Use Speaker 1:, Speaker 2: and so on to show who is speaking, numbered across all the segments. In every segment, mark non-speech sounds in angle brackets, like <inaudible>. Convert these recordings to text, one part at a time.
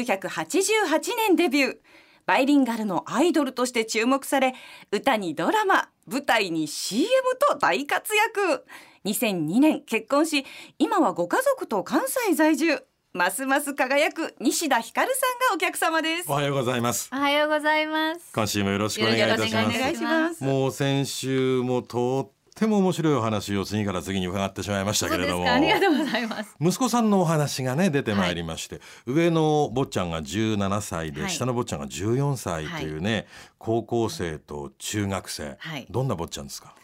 Speaker 1: 1988年デビューバイリンガルのアイドルとして注目され歌にドラマ舞台に CM と大活躍2002年結婚し今はご家族と関西在住ますます輝く西田ひかるさんがお客様です
Speaker 2: おはようございます
Speaker 3: おはようございます。
Speaker 2: 今週もよろしくお願いいたし
Speaker 3: よろ
Speaker 2: ま
Speaker 3: しくお願いし
Speaker 2: す
Speaker 3: ま
Speaker 2: もう先週もとっても面白いお話を次から次に伺ってしまいました
Speaker 3: そ
Speaker 2: け
Speaker 3: う
Speaker 2: れ
Speaker 3: です
Speaker 2: ども
Speaker 3: か。ありがとうございます。
Speaker 2: 息子さんのお話がね出てまいりまして、上の坊ちゃんが17歳で、
Speaker 3: はい
Speaker 2: 下の坊ちゃんが14歳というね、高校生と中学生、
Speaker 3: はい
Speaker 2: どんな坊ちゃんですか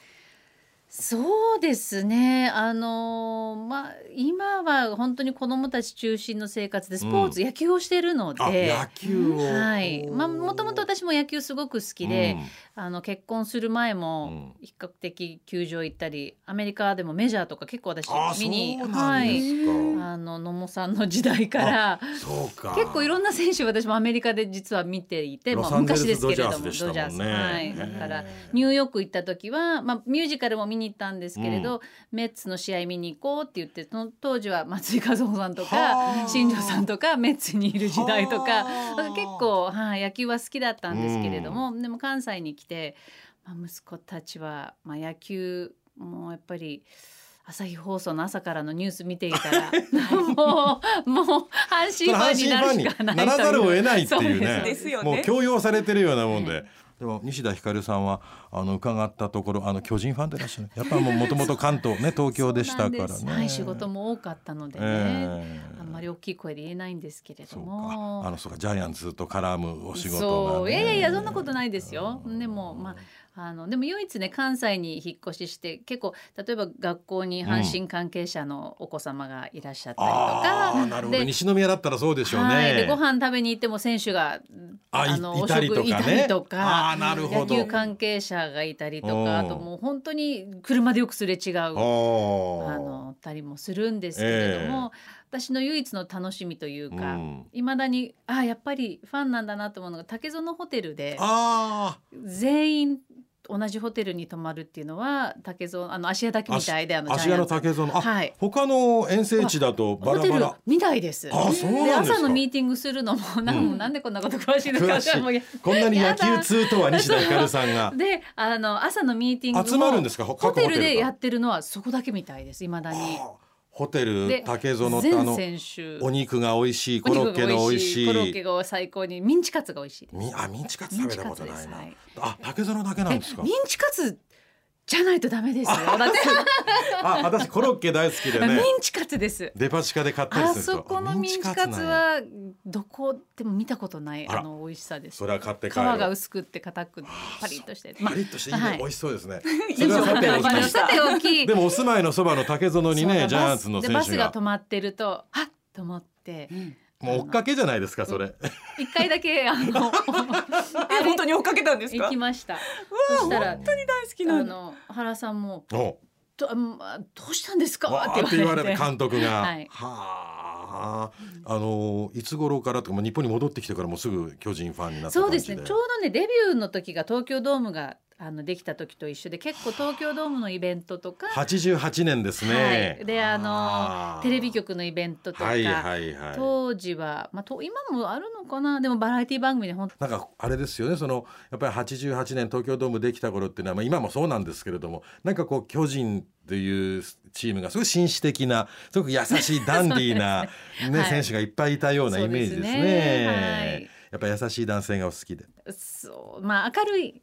Speaker 3: そうですね。あのーまあ今は本当に子どもたち中心の生活でスポーツ、野球をしているの
Speaker 2: あ、
Speaker 3: で。
Speaker 2: 野球を、
Speaker 3: はい、まあ、もともと私も野球すごく好きで、
Speaker 2: うん
Speaker 3: あの結婚する前も比較的球場行ったり、アメリカでもメジャーとか結構私
Speaker 2: あ
Speaker 3: 見に
Speaker 2: そうなんですか、
Speaker 3: はい、あの野茂さんの時代から
Speaker 2: そうか
Speaker 3: 結構いろんな選手を私もアメリカで実は見ていて、まあ、昔ですけれども
Speaker 2: ロサンゼルスドジャースでしたもんね
Speaker 3: はい、
Speaker 2: ね
Speaker 3: だからニューヨーク行った時は、まあ、ミュージカルも見に行ったんですけれど、メッツの試合見に行こうって言ってその当時は松井和夫さんと
Speaker 2: は
Speaker 3: か
Speaker 2: あ
Speaker 3: 新庄さんとかメッツにいる時代とか
Speaker 2: はあ
Speaker 3: だから結構、はい、野球は好きだったんですけれども、でも関西に来て、まあ、息子たちは、まあ、野球もやっぱり。朝日放送の朝からのニュース見ていたらもうもう阪神
Speaker 2: そ
Speaker 3: フ
Speaker 2: れ阪
Speaker 3: ァン
Speaker 2: 神フ
Speaker 3: になる
Speaker 2: ァン
Speaker 3: し
Speaker 2: に
Speaker 3: かない
Speaker 2: ならざるを得ないっていう
Speaker 3: そ
Speaker 2: ね
Speaker 1: ですよね
Speaker 2: もう強要されてるようなもんで、
Speaker 3: はい
Speaker 2: でも西田ひかるさんはあの伺ったところあの巨人ファンでいらっしゃるやっぱもうもともと関東ね東京でしたから
Speaker 3: そう
Speaker 2: ね、
Speaker 3: なんですはい、仕事も多かったのでね、
Speaker 2: ええ
Speaker 3: あんまり大きい声で言えないんですけれど
Speaker 2: そうか
Speaker 3: も
Speaker 2: あのそうかジャイアンツと絡むお仕事が、ね、
Speaker 3: そういやいやいやそんなことないですよ。
Speaker 2: うん
Speaker 3: でもまああのでも唯一ね関西に引っ越しして結構例えば学校に阪神関係者のお子様がいらっしゃったりと
Speaker 2: あ
Speaker 3: か、
Speaker 2: ーなるほど
Speaker 3: で
Speaker 2: 西宮だったらそうでしょうね、
Speaker 3: はい、でご飯食べに行っても選手が
Speaker 2: あいいたりとかね
Speaker 3: お食事いたりと
Speaker 2: あ
Speaker 3: か
Speaker 2: ーなるほ
Speaker 3: 野
Speaker 2: ど
Speaker 3: 球関係者がいたりと
Speaker 2: うん
Speaker 3: かあともう本当に車でよくすれ違う
Speaker 2: あ
Speaker 3: あのたりもするんですけれども、私の唯一の楽しみというか、
Speaker 2: うん
Speaker 3: いまだにあやっぱりファンなんだなと思うのが竹園ホテルで
Speaker 2: あ
Speaker 3: 全員同じホテルに泊まるっていうのは竹園あの芦屋だけみたいであの
Speaker 2: 芦屋の竹園あ、
Speaker 3: はい
Speaker 2: 他の遠征地だとバ
Speaker 3: ホ
Speaker 2: ラ
Speaker 3: テ
Speaker 2: バ
Speaker 3: ル
Speaker 2: ラ
Speaker 3: みたいです。
Speaker 2: あそうなんですか
Speaker 3: 朝のミーティングするのもなんもなんでこんなこと詳しいのか
Speaker 2: 詳しい
Speaker 3: もうや
Speaker 2: こんなに野球通とは西田ひかるさんが
Speaker 3: であの朝のミーティングも
Speaker 2: 集まるんですか各
Speaker 3: ホテルでや
Speaker 2: ホ
Speaker 3: ってるのはそこだけみたいですいまだに。
Speaker 2: ホテル
Speaker 3: で
Speaker 2: 竹園ってあ
Speaker 3: 全
Speaker 2: の
Speaker 3: 選手
Speaker 2: お肉が美味しいコロッケの美味しい
Speaker 3: コロッケが最高にミンチカツが美味しいです
Speaker 2: みあミンチカツ食べたことないな、
Speaker 3: ミンチ
Speaker 2: あ竹園だけなんですか
Speaker 3: ミンチカツじゃないとダメですよだって
Speaker 2: あ私コロッケ大好きで
Speaker 3: ミ
Speaker 2: ね
Speaker 3: ンチカツです
Speaker 2: デパ地下で買った
Speaker 3: あ
Speaker 2: りすると
Speaker 3: そこのミンチカ
Speaker 2: なん
Speaker 3: ツ
Speaker 2: や
Speaker 3: はどこでも見たことない
Speaker 2: あら
Speaker 3: あの美味しさです
Speaker 2: それは買って
Speaker 3: 皮
Speaker 2: 帰ろう
Speaker 3: が薄くって硬くパリッとしてま
Speaker 2: パリッとしていいね、
Speaker 3: はい
Speaker 2: 美味しそうです
Speaker 3: <laughs>
Speaker 2: ね
Speaker 3: で
Speaker 2: それ
Speaker 3: も
Speaker 2: はさてお
Speaker 3: まあ
Speaker 2: き
Speaker 3: <laughs> さておき
Speaker 2: でもお住まいのそばの竹園に
Speaker 3: <laughs> そう
Speaker 2: ねジャイアンツの
Speaker 3: で
Speaker 2: 選
Speaker 3: バ
Speaker 2: 手
Speaker 3: スが
Speaker 2: が
Speaker 3: 止まってるとあっと思って
Speaker 2: もう追っかけじゃないですかそれ
Speaker 3: 一回だけあの
Speaker 1: え本当に追っかけたんです
Speaker 3: 行
Speaker 1: か
Speaker 3: きましたそしたら
Speaker 1: 本当に大好きな
Speaker 3: あ
Speaker 1: の
Speaker 3: の原さんも
Speaker 2: お
Speaker 3: どあどうしたんですか?」
Speaker 2: わー
Speaker 3: っ
Speaker 2: ってて
Speaker 3: 言
Speaker 2: 言
Speaker 3: わ
Speaker 2: わ
Speaker 3: れ
Speaker 2: れ
Speaker 3: て
Speaker 2: る監督が、
Speaker 3: はい
Speaker 2: はあ、あのいつ頃からとかもう日本に戻ってきてからもうすぐ巨人ファンになった
Speaker 3: そう
Speaker 2: 感じで
Speaker 3: ですねちょうどねデビューの時が東京ドームがあのできた時と一緒で結構東京ドームのイベントとか、
Speaker 2: 88年ですね、
Speaker 3: はい、であの
Speaker 2: あー
Speaker 3: テレビ局のイベントとか、
Speaker 2: はいはいはい
Speaker 3: 当時は、まあ、と今もあるのかなでもバラエティ番組で本当
Speaker 2: なんかあれですよねそのやっぱり88年東京ドームできた頃っていうのは、まあ、今もそうなんですけれどもなんかこう巨人というチームがすごい紳士的なすごく優しいダンディーな、ね
Speaker 3: はい
Speaker 2: 選手がいっぱいいたようなイメージですね
Speaker 3: そうですねはい
Speaker 2: やっぱ優しい男性がお好きで
Speaker 3: そうまあ明るい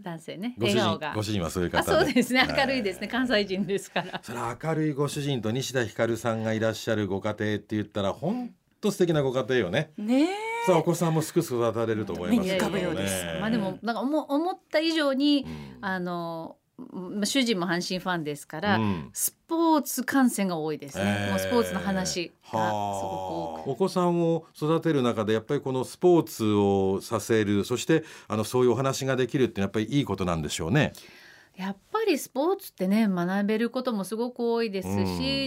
Speaker 3: 男性ね
Speaker 2: ご主
Speaker 3: 笑顔
Speaker 2: 人
Speaker 3: が
Speaker 2: ご主人はそういう
Speaker 3: あ
Speaker 2: 方で
Speaker 3: そうですね明るい
Speaker 2: は
Speaker 3: ですね、関西人ですから
Speaker 2: その明るいご主人と西田ひかるさんがいらっしゃるご家庭って言ったら本当素敵なご家庭よね。
Speaker 1: ね
Speaker 2: さあお子さんもすくすく育たれると思います
Speaker 1: 目に浮かぶようです
Speaker 2: ね
Speaker 3: まあでもなんか思思った以上に、
Speaker 2: うん
Speaker 3: あのまあ主人も阪神ファンですから、
Speaker 2: うん
Speaker 3: スポーツ観戦が多いですね、
Speaker 2: えー
Speaker 3: もうスポーツの話がすごく多く
Speaker 2: お子さんを育てる中でやっぱりこのスポーツをさせるそしてあのそういうお話ができるってやっぱりいいことなんでしょうね。
Speaker 3: やっぱりスポーツってね学べることもすごく多いですし、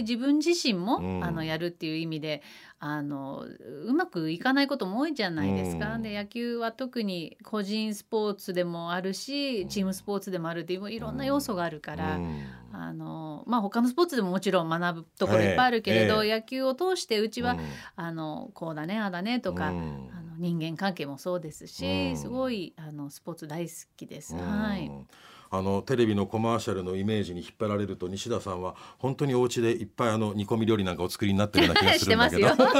Speaker 2: うん
Speaker 3: 自分自身も、
Speaker 2: うん
Speaker 3: あのやるっていう意味であのうままくいかないことも多いじゃないですか、
Speaker 2: うん
Speaker 3: で野球は特に個人スポーツでもあるしチームスポーツでもあるっていういろんな要素があるから、
Speaker 2: うん
Speaker 3: あのまあ、他のスポーツでももちろん学ぶところいっぱいあるけれど、
Speaker 2: え
Speaker 3: 野球を通してうちは、
Speaker 2: うん
Speaker 3: あのこうだねああだねとか、
Speaker 2: うん
Speaker 3: あの人間関係もそうですし、
Speaker 2: うん
Speaker 3: すごいあのスポーツ大好きです。
Speaker 2: うん
Speaker 3: はい
Speaker 2: あのテレビのコマーシャルのイメージに引っ張られると西田さんは本当にお家でいっぱいあの煮込み料理なんかお作りになってるような気がす
Speaker 3: <laughs> し
Speaker 2: る
Speaker 3: て
Speaker 2: ん
Speaker 3: ま
Speaker 2: だけ
Speaker 3: す
Speaker 2: ど
Speaker 3: よ。。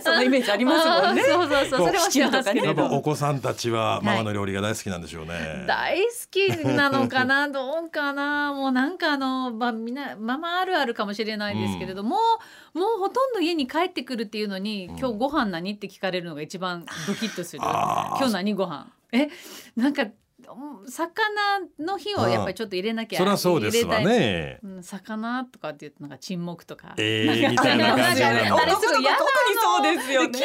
Speaker 1: そのイメージありますもんね
Speaker 3: そうそうそう、それはしてますけ
Speaker 1: シチューとかね
Speaker 2: や
Speaker 3: れ
Speaker 2: っぱお
Speaker 3: ど。
Speaker 2: 子さんたちはマ
Speaker 3: は
Speaker 2: マ
Speaker 3: い
Speaker 2: の料理が大好きなんでしょうね。
Speaker 3: 大好きなの
Speaker 2: <laughs>
Speaker 3: かな、どうかな、もうなんかあの、まあ、みんな、ママあるあるかもしれないですけれども。もうほとんど家に帰ってくるっていうのに、
Speaker 2: うん
Speaker 3: 今日ご飯何って聞かれるのが一番ドキッとする。
Speaker 2: あー
Speaker 3: 今日何ご飯、え、なんか、うん魚の日をやっぱりちょっと入れなきゃ。
Speaker 2: そりゃそうですわ
Speaker 3: 入れたい。
Speaker 2: ね。
Speaker 3: うん、魚とかって言って、なんか沈黙とか。
Speaker 2: えー、みたいな感じな
Speaker 3: <laughs> なん
Speaker 2: の
Speaker 3: かねあれすごい嫌なの
Speaker 1: 男の子特にそうですよね。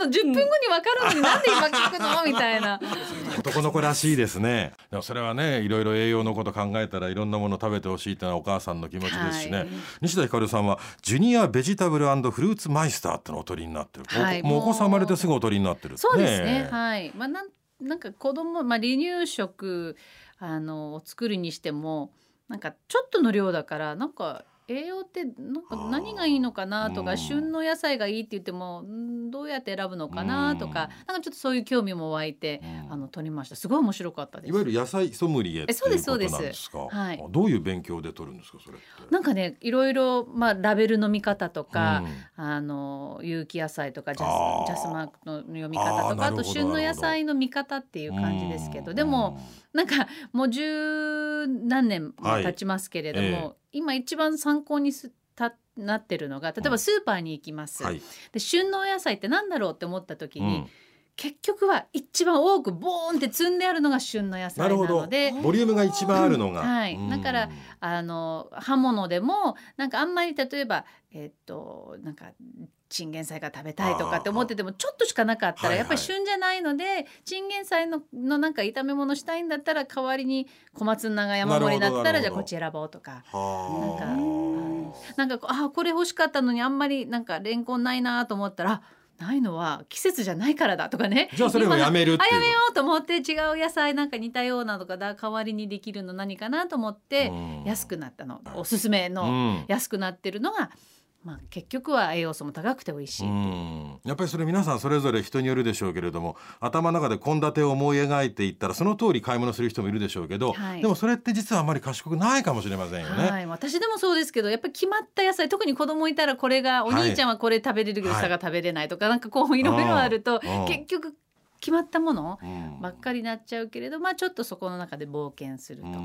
Speaker 3: なの10分後に分かるのになんで今聞くのみたいな。
Speaker 2: 男の子らしいですね。でもそれはね、いろいろ栄養のこと考えたらいろんなもの食べてほしいってのはお母さん <laughs> の気持ちですしね。
Speaker 3: はい
Speaker 2: 西田ひかるさんはジュニアベジタブルフルーツマイスターってのをお取りになってる。
Speaker 3: はい
Speaker 2: もうお子
Speaker 3: もう
Speaker 2: さん生まれてすぐお取りになってる。
Speaker 3: そうですね。
Speaker 2: え
Speaker 3: はい。まあなんなんか子供まあ離乳食あのを作るにしてもなんかちょっとの量だからなんか栄養ってなんか何がいいのかなと
Speaker 2: あー
Speaker 3: か
Speaker 2: うん
Speaker 3: 旬の野菜がいいって言ってもうんどうやって選ぶのかなとかなんかちょっとそういう興味も湧いて
Speaker 2: うん
Speaker 3: あの取りました。すごい面白かったで
Speaker 2: いわゆ
Speaker 3: す。
Speaker 2: る野菜ソムリエって
Speaker 3: え
Speaker 2: いう
Speaker 3: そ
Speaker 2: こと
Speaker 3: うです
Speaker 2: なん
Speaker 3: そう
Speaker 2: で
Speaker 3: です
Speaker 2: か。
Speaker 3: はい
Speaker 2: あどういう勉強で取るんですかそれって。
Speaker 3: なんかねいろいろまあラベルの見方とか。
Speaker 2: うん
Speaker 3: あの有機野菜とかジャ
Speaker 2: あー
Speaker 3: スジャスマークの読み方
Speaker 2: あー
Speaker 3: とか
Speaker 2: な
Speaker 3: あ
Speaker 2: るほど
Speaker 3: と旬の
Speaker 2: なる
Speaker 3: 野
Speaker 2: ほど
Speaker 3: 菜の見方っていう感じですけどでも、なんかもう十何年も
Speaker 2: はい
Speaker 3: 経ちますけれども、
Speaker 2: え
Speaker 3: 今一番参考にすたなってるのが例えばスーパーに行きます、
Speaker 2: うんはい。
Speaker 3: で旬のお野菜ってなんだろうって思った時
Speaker 2: う
Speaker 3: に、
Speaker 2: ん
Speaker 3: 結局は一番多くボーンって積んであるのが旬の野
Speaker 2: な
Speaker 3: 菜な
Speaker 2: るほど。
Speaker 3: の
Speaker 2: ボリ
Speaker 3: で。
Speaker 2: ュームが一番あるのが。
Speaker 3: はい
Speaker 2: うん
Speaker 3: だからあの刃物でもなんかあんまり例えばえっとなんかチンゲン菜が食べたいとかって思っててもちょっとしかなかったら、
Speaker 2: はいはい
Speaker 3: やっぱり旬じゃないのでチンゲン菜ののなんか炒め物したいんだったら代わりに小松菜が山盛り
Speaker 2: なる
Speaker 3: だった
Speaker 2: ほどなるほど
Speaker 3: らじゃあこっち選ぼうとか。
Speaker 2: はあ
Speaker 3: なんかあのなんかこうあこれ欲しかったのにあんまりなんかレンコンないなと思ったらあないのは季節じゃないからだとかね
Speaker 2: じゃあそれをやめるって
Speaker 3: あ
Speaker 2: いうこと。
Speaker 3: やめようと思って違う野菜なんか似たようなのがだ代わりにできるの何かなと思って
Speaker 2: うん
Speaker 3: 安くなったの、おすすめの
Speaker 2: うん
Speaker 3: 安くなってるのが、まあ、結局は栄養素も高くて美味しい、
Speaker 2: うんやっぱりそれ皆さんそれぞれ人によるでしょうけれども頭の中で献立を思い描いていったらその通り買い物する人もいるでしょうけど、
Speaker 3: はい
Speaker 2: でもそれって実はあまり賢くないかもしれませんよね。
Speaker 3: はい、私でもそうですけどやっぱり決まった野菜特に子供いたらこれがお
Speaker 2: はい
Speaker 3: 兄ちゃんはこれ食べれるけ
Speaker 2: は
Speaker 3: ど
Speaker 2: い
Speaker 3: 下が食べれないとか、なんかこういろいろある
Speaker 2: う
Speaker 3: と
Speaker 2: ん
Speaker 3: 結局決まったもの
Speaker 2: うん
Speaker 3: ばっかりになっちゃうけれど、まあ、ちょっとそこの中で冒険するとか、
Speaker 2: うん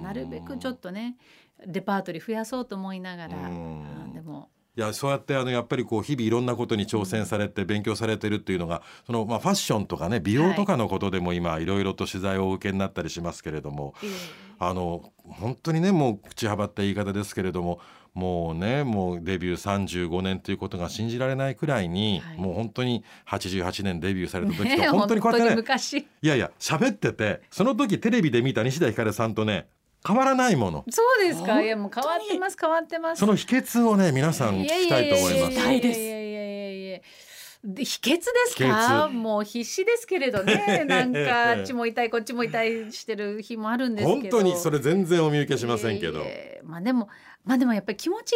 Speaker 3: まあ、なるべくちょっとねレパートリー増やそうと思いながら、
Speaker 2: うん
Speaker 3: あでも
Speaker 2: いやそうやってあのやっぱりこう日々いろんなことに挑戦されて勉強されてるっていうのがその、まあ、ファッションとかね美容とかのことでも今いろいろと取材をお受けになったりしますけれども、あの本当にねもう口はばった言い方ですけれどももうねもうデビュー35年ということが信じられないくらいに、
Speaker 3: はい
Speaker 2: もう本当に88年デビューされた時と、
Speaker 3: ねえ
Speaker 2: 本当にこうや
Speaker 3: <laughs>
Speaker 2: ってね
Speaker 3: 昔
Speaker 2: いやいや喋っててその時テレビで見た西田ひかるさんとね変わらないもの
Speaker 3: そうです
Speaker 1: 本当
Speaker 3: か
Speaker 1: に
Speaker 3: いやもう変わってます変わってます
Speaker 2: その秘訣をね皆さん聞きたいと思いま
Speaker 1: い
Speaker 2: す
Speaker 1: や。やいや
Speaker 3: いやいやいやいやで秘訣です
Speaker 2: 秘
Speaker 3: か
Speaker 2: 訣
Speaker 3: もう必死ですけれ
Speaker 2: <laughs>
Speaker 3: どねなんかあっちも痛いこっちも痛いしてる日もあるんです
Speaker 2: 本
Speaker 3: けど
Speaker 2: 当にそれ全然お見受けしませんけど。
Speaker 3: いえいえまあでもまあでもやっぱり気持ち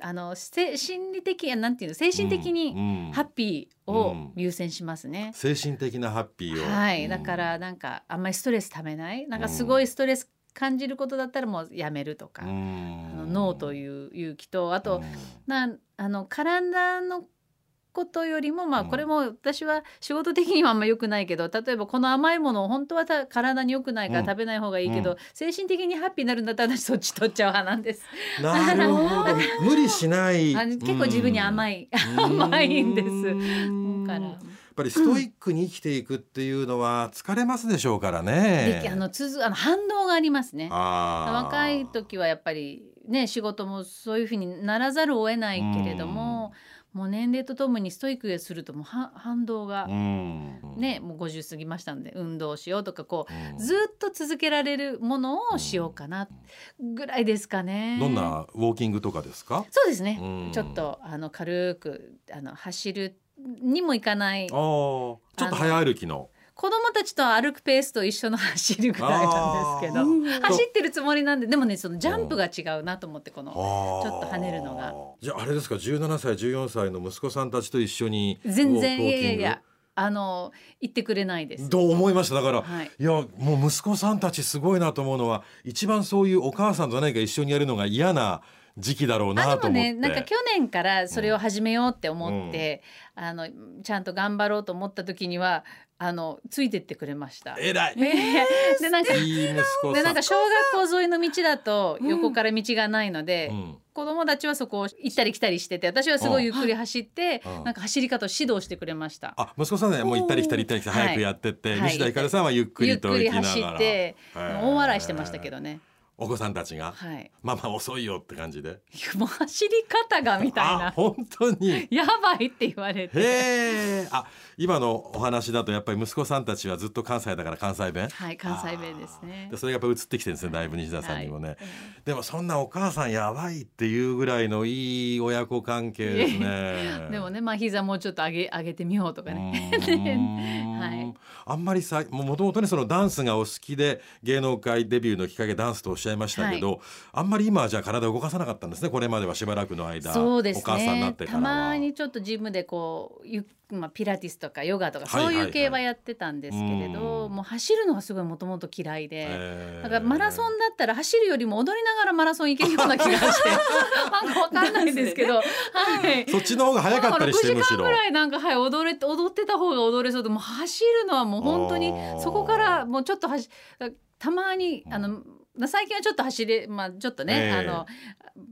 Speaker 3: があのせ心理的なんていうの精神的
Speaker 2: う
Speaker 3: に
Speaker 2: んうん
Speaker 3: ハッピー
Speaker 2: うん
Speaker 3: を優先しますね、
Speaker 2: 精神的なハッピーを。
Speaker 3: はい、
Speaker 2: うん
Speaker 3: だからなんかあんまりストレスためないなんかすごいストレス感じることだったらもうやめるとか、あの脳と
Speaker 2: う
Speaker 3: いう勇気とあ
Speaker 2: ん
Speaker 3: と、なあの体のことよりもまあ
Speaker 2: うん
Speaker 3: これも私は仕事的にはあんま良くないけど例えばこの甘いものを本当はた体に良くないか
Speaker 2: うん
Speaker 3: ら食べない方がいいけど、
Speaker 2: う
Speaker 3: 精神的にハッピーになるんだったら私そっち取っちゃう派なんです。
Speaker 2: なるほ
Speaker 1: あ
Speaker 2: ど無理しない
Speaker 3: あの結構自分に甘
Speaker 2: い
Speaker 3: い、甘いんです
Speaker 2: す
Speaker 3: から
Speaker 2: やっぱりストイックに生きていくっていうのは疲れますでしょうから
Speaker 3: で
Speaker 2: ね
Speaker 3: きあの続あの反動がありますね。
Speaker 2: あー
Speaker 3: 若い時はやっぱりね仕事もそういうふうにならざるを得ないけれども、もう年齢とともにストイックでするともうは反動が
Speaker 2: うん
Speaker 3: ね、もう50過ぎましたので運動しようとかこ
Speaker 2: うん
Speaker 3: うずっと続けられるものをしようかなぐらいですかね。
Speaker 2: どんなウォーキングとかですか
Speaker 3: そうですね、
Speaker 2: うん
Speaker 3: ちょっとあの軽くあの走るにも行かない
Speaker 2: あーちょっと早歩きの
Speaker 3: 子供たちと歩くペースと一緒の走りぐらいなんですけ
Speaker 2: あ
Speaker 3: ど
Speaker 1: うん
Speaker 3: <laughs> 走ってるつもりなんででもねそのジャンプが違うなと思ってこ
Speaker 2: ち
Speaker 3: の
Speaker 2: ょ
Speaker 3: ちょっと跳ねるのが
Speaker 2: じゃああれですか17歳14歳の息子さんたちと一緒に
Speaker 3: 全
Speaker 2: ウ
Speaker 3: 然い
Speaker 2: ォー
Speaker 3: や
Speaker 2: キン
Speaker 3: い
Speaker 2: グ
Speaker 3: やいやあの行ってくれないです。
Speaker 2: どう思いましただから、
Speaker 3: はい
Speaker 2: いやもう息子さんたちすごいなと思うのは一番そういうお母さんと何か一緒にやるのが嫌な時期だろう
Speaker 3: あ
Speaker 2: な
Speaker 3: で
Speaker 2: と思
Speaker 3: も
Speaker 2: って
Speaker 3: ねなんか去年からそれを始めようって思って、あのちゃんと頑張ろうと思った時にはあのついてってくれました。
Speaker 2: 偉い
Speaker 3: <laughs> でなんか
Speaker 2: いい息子
Speaker 3: で
Speaker 2: さ
Speaker 3: なん
Speaker 2: ん
Speaker 3: か小学校沿いの道だと
Speaker 1: うん
Speaker 3: 横から道がないので、
Speaker 2: うん
Speaker 3: 子供たちはそこを行ったり来たりしてて私はすごいゆっくり走って、
Speaker 2: うん
Speaker 3: なんか走り方を指導してくれました。
Speaker 2: あ息子さんねもう行ったり来たり行ったり来たり
Speaker 3: はい
Speaker 2: 早くやってって、
Speaker 3: はい
Speaker 2: 西田ひかるさんはゆっく
Speaker 3: ゆっ
Speaker 2: りと
Speaker 3: くり
Speaker 2: 行きなが
Speaker 3: 走
Speaker 2: ら
Speaker 3: って
Speaker 2: へー
Speaker 3: 大笑いしてましたけどね。
Speaker 2: お子さんたちが、
Speaker 3: はい。 <laughs>
Speaker 2: ママ遅いよって感じで
Speaker 3: いやもう走り方がみたい
Speaker 2: あ
Speaker 3: な
Speaker 2: 本当に
Speaker 3: <laughs> やばいって言われ
Speaker 2: へ
Speaker 3: て。
Speaker 2: えあ今のお話だとやっぱり息子さんたちはずっと関西だから関西弁
Speaker 3: はい関西弁ですね
Speaker 2: あー。それがやっぱ映ってきてるんですねだいぶ西田さんにもね、
Speaker 3: はい。
Speaker 2: でもそんなお母さんやばいっていうぐらいのいい親子関係ですね
Speaker 3: <laughs> でもねまあ膝もうちょっと上げ上げてみようとかね。
Speaker 2: うーん
Speaker 3: <laughs> はい
Speaker 2: あんまりさもともとねそのダンスがお好きで芸能界デビューのきっかけダンスとおっしゃいましたけど、あんまり今はじゃあ体を動かさなかったんですねこれまではしばらくの間
Speaker 3: そうですね。
Speaker 2: お母さんになってから
Speaker 3: た
Speaker 2: は。
Speaker 3: まにちょっとジムでこうゆまあピラティスとかヨガとか
Speaker 2: はい
Speaker 3: そ
Speaker 2: は
Speaker 3: う
Speaker 2: いはい
Speaker 3: いう系はやってたんですけれど、
Speaker 2: うん
Speaker 3: もう走るのがすごいもともと嫌いで。
Speaker 2: えー
Speaker 3: だからマラソンだったら走るよりも踊りながらマラソン行けるような気がして
Speaker 2: <laughs>
Speaker 3: なんかわかんないんですけど、はい。
Speaker 2: そっちの方が早かったりして
Speaker 3: なん
Speaker 2: む
Speaker 3: か6
Speaker 2: し
Speaker 3: 時間
Speaker 2: ろ
Speaker 3: ぐ。らいなんかはい踊れ踊ってた方が踊れそうでもう走るのはもう本当に
Speaker 2: あー
Speaker 3: そこからもうちょっと走たまに
Speaker 2: うん
Speaker 3: あの、最近はちょっと走れまあちょっとね、
Speaker 2: ええ
Speaker 3: あの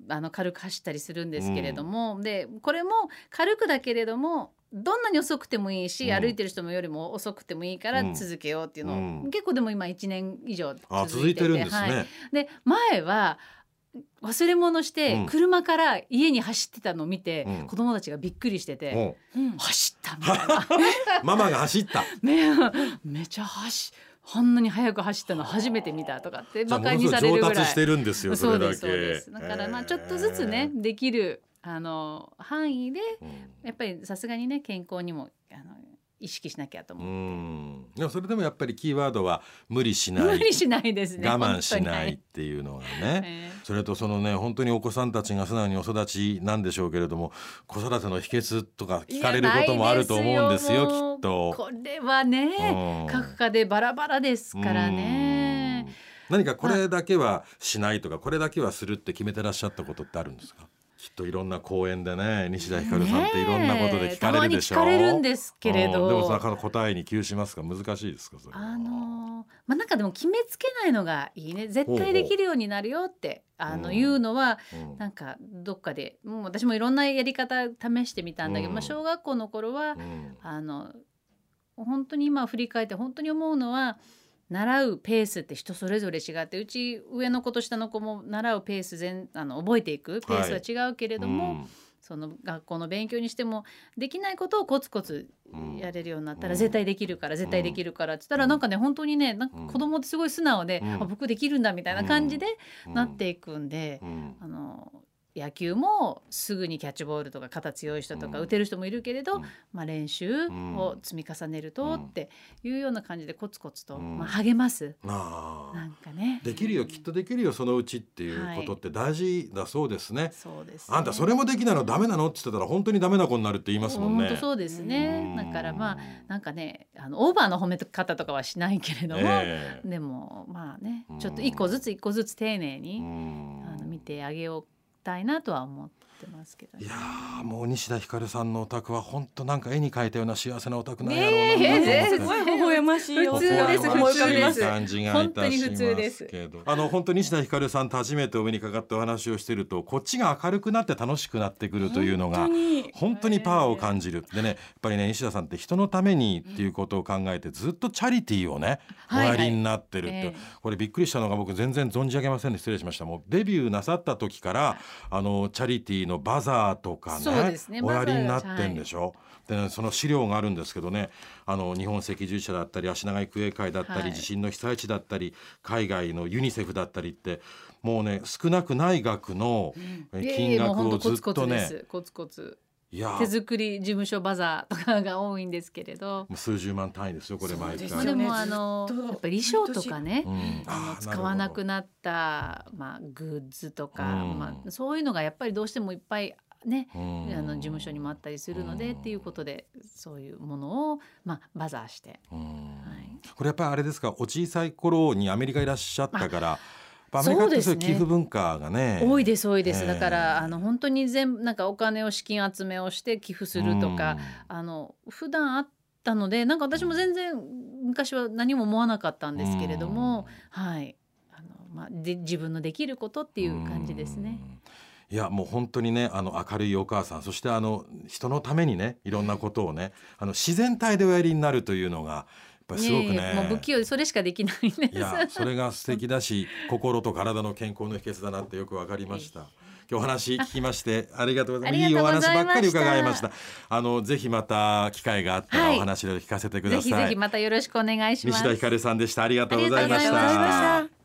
Speaker 3: あの軽く走ったりするんですけれども、でこれも軽くだけれどもどんなに遅くてもいいし、
Speaker 2: うん
Speaker 3: 歩いてる人もよりも遅くてもいいから
Speaker 2: うん
Speaker 3: 続けようっていうのを、
Speaker 2: うん
Speaker 3: 結構でも今1年以上
Speaker 2: あ
Speaker 3: 続
Speaker 2: 続
Speaker 3: い
Speaker 2: い
Speaker 3: てて
Speaker 2: てるんですね。
Speaker 3: はいで前は忘れ物し
Speaker 2: う
Speaker 3: て
Speaker 2: ん
Speaker 3: 車から家に走ってたのを見て、
Speaker 2: うん
Speaker 3: 子供たちがびっくりしてて、
Speaker 2: うん
Speaker 1: うん
Speaker 3: 走ったみたいな
Speaker 2: ママが走った。
Speaker 3: <laughs> めめちゃ走あんなに早く走ったの初めて見たとかって
Speaker 2: じゃあ
Speaker 3: 馬
Speaker 2: もの
Speaker 3: 鹿に
Speaker 2: すご
Speaker 3: さ
Speaker 2: い
Speaker 3: れる
Speaker 2: 上
Speaker 3: ぐら
Speaker 2: 達
Speaker 3: い
Speaker 2: してるんですよ。そ
Speaker 3: そう
Speaker 2: れだ
Speaker 3: で
Speaker 2: け。
Speaker 3: すそうですだからまあちょっとずつね、できるあの範囲で
Speaker 2: えー。
Speaker 3: やっぱりさすがにね健康にもあの意識しなきゃと
Speaker 2: う
Speaker 3: 思う、
Speaker 2: ん。でもそれでもやっぱりキーワードは無理しな
Speaker 3: 無
Speaker 2: い、
Speaker 3: 理しないですね
Speaker 2: 我慢しないっ
Speaker 3: 本
Speaker 2: ていうのが
Speaker 3: 当に
Speaker 2: ね。
Speaker 3: ね
Speaker 2: それとそのね本当にお子さんたちが素直にお育ちなんでしょうけれども子育ての秘訣とか聞かれることもあると思うんです
Speaker 3: い
Speaker 2: よ
Speaker 3: やないですよ
Speaker 2: きっと。
Speaker 3: これはね
Speaker 2: うん
Speaker 3: 各家でバラバラですからね
Speaker 2: うん何かこれだけはしないとかこれだけはするって決めてらっしゃったことってあるんですかきっといろんな講演でね西田ひかるさんっていろんなことで聞かれるでしょ
Speaker 3: ねえたまに聞かれるんですけれど
Speaker 2: うんでもその答えに窮しますか難しいですかそれは
Speaker 3: あのーまあなんかでも決めつけないのがいいね絶対できるようになるよってあの
Speaker 2: うん
Speaker 3: 言うのは
Speaker 2: うん
Speaker 3: なんかどっかでもう私もいろんなやり方試してみたんだけど、
Speaker 2: うん
Speaker 3: まあ、小学校の頃は
Speaker 2: うん
Speaker 3: あの本当に今振り返って本当に思うのは習うペースって人それぞれ違ってうち上の子と下の子も習うペース全あの覚えていくペースは違うけれども、その学校の勉強にしてもできないことをコツコツ
Speaker 2: うん
Speaker 3: やれるようになった
Speaker 2: う
Speaker 3: ら
Speaker 2: ん
Speaker 3: 絶対できるから絶対できるからって言った
Speaker 2: う
Speaker 3: ら
Speaker 2: ん
Speaker 3: なんかね本当にねなんか
Speaker 2: うん
Speaker 3: 子供ってすごい素直で、
Speaker 2: うん
Speaker 3: あ僕できるんだみたいな感じで
Speaker 2: うん
Speaker 3: なっていくんで、
Speaker 2: うん
Speaker 3: あの野球もすぐにキャッチボールとか肩強い人とか
Speaker 2: うん
Speaker 3: 打てる人もいるけれ
Speaker 2: う
Speaker 3: ど、
Speaker 2: ん
Speaker 3: まあ、練習を積み重ねるとっていうような感じでコツコツと、
Speaker 2: うん
Speaker 3: まあ、励ます
Speaker 2: ああ
Speaker 3: なんかね。
Speaker 2: できるよきっとできるよそのうちっていうことって大事だそうですね、
Speaker 3: そうです、
Speaker 2: あんたそれもできないのダメなのって言ってたら本当にダメな子になるって言いますもんね
Speaker 3: 本当そうですね
Speaker 2: うん
Speaker 3: だからまあなんかねあのオーバーの褒め方とかはしないけれども、
Speaker 2: ええ
Speaker 3: でもまあね
Speaker 2: うん
Speaker 3: ちょっと一個ずつ一個ずつ丁寧
Speaker 2: う
Speaker 3: に、
Speaker 2: ん
Speaker 3: あの見てあげようたいなとは思ってますけど
Speaker 2: い
Speaker 3: ね。
Speaker 2: やーもう西田ひかるさんのお宅は本当なんか絵に描いたような幸せなお宅なんやろうな
Speaker 3: ねえ
Speaker 1: す
Speaker 2: と思
Speaker 1: ごい微笑ましい
Speaker 3: 普通です
Speaker 1: 微笑ましい
Speaker 3: 普通です
Speaker 2: 感じがいたしますけどあの本当に西田ひかるさんと初めてお目にかかってお話をしてるとこっちが明るくなって楽しくなってくるというのが
Speaker 1: 本当に
Speaker 2: 本当にパワーを感じるでねやっぱりね西田さんって人のためにっていうことを考えてずっとチャリティーをねお
Speaker 3: はいは
Speaker 2: や
Speaker 3: い
Speaker 2: りになってるって、
Speaker 3: ええ
Speaker 2: これびっくりしたのが僕全然存じ上げませんで失礼しましたもうデビューなさった時からあのチャリティーのバザーとか
Speaker 3: そう
Speaker 2: ね
Speaker 3: ですね
Speaker 2: おやりにな
Speaker 3: バ
Speaker 2: っ
Speaker 3: ザーが
Speaker 2: てんでしょ、でねその資料があるんですけどねあの日本赤十字社だったり足長育英会だったり、
Speaker 3: はい
Speaker 2: 地震の被災地だったり海外のユニセフだったりってもうね少なくない額のえ
Speaker 3: いえい
Speaker 2: 金
Speaker 3: えもう
Speaker 2: 額
Speaker 3: 本
Speaker 2: を
Speaker 3: 当コ
Speaker 2: ず
Speaker 3: ツコ
Speaker 2: っ
Speaker 3: ツ
Speaker 2: とね、
Speaker 3: ですコツコツ
Speaker 2: いや
Speaker 3: 手作り事務所バザーとかが多いんですけれど、
Speaker 2: もう数十万単位ですよこれ毎
Speaker 1: そうで
Speaker 2: 回
Speaker 1: す
Speaker 3: まあ、
Speaker 1: よ
Speaker 3: で
Speaker 1: ね
Speaker 3: もあの
Speaker 1: ずっと
Speaker 3: やっぱり衣装とかね、
Speaker 2: うん
Speaker 3: あの
Speaker 2: あー
Speaker 3: 使わなく
Speaker 2: る
Speaker 3: なったまあグッズとか、
Speaker 2: うん
Speaker 3: まあそういうのがやっぱりどうしてもいっぱいね、
Speaker 2: ほどうん
Speaker 3: あの事務所にもあったりするので、
Speaker 2: うん
Speaker 3: っていうことでそういうものをまあバザーして
Speaker 2: うん
Speaker 3: はい
Speaker 2: これやっぱりあれですかお小さい頃にアメリカいらっしゃったからやっぱアメリカ
Speaker 3: そ
Speaker 2: っ
Speaker 3: う
Speaker 2: て
Speaker 3: ですす
Speaker 2: ごい
Speaker 3: ね
Speaker 2: 寄付文化がね
Speaker 3: 多いです多いで
Speaker 2: え
Speaker 3: す
Speaker 2: え
Speaker 3: だからあの本当に全部なんかお金を資金集めをして寄付するとか、あの普段あったのでなんか私も全然昔は何も思わなかった
Speaker 2: うん
Speaker 3: んですけれども、はいあの、まあ、で自分のできることっていう感じですね。
Speaker 2: うん。いやもう本当にねあの明るいお母さんそしてあの人のためにねいろんなことをねあの自然体でおやりになるというのがやっぱりすごく
Speaker 3: いえい
Speaker 2: ね
Speaker 3: えもう不器用でそれしかできないんです
Speaker 2: いやそれが素敵だし心と体の健康の秘訣だなってよくわかりました今日お話聞きましてありがとうございますい
Speaker 3: あり
Speaker 2: い
Speaker 3: が
Speaker 2: お
Speaker 3: とうご
Speaker 2: 話
Speaker 3: ざ
Speaker 2: ば
Speaker 3: いました
Speaker 2: っかり伺いましたあのぜひまた機会があったら
Speaker 3: はい
Speaker 2: お話を聞かせてくだ
Speaker 3: ぜ
Speaker 2: さ
Speaker 3: ひ
Speaker 2: い、
Speaker 3: ぜひまたよろしくお願いしま
Speaker 2: 西
Speaker 3: す
Speaker 2: 田ひかるさんでしたありがとうございまし
Speaker 3: ありがとうございましたた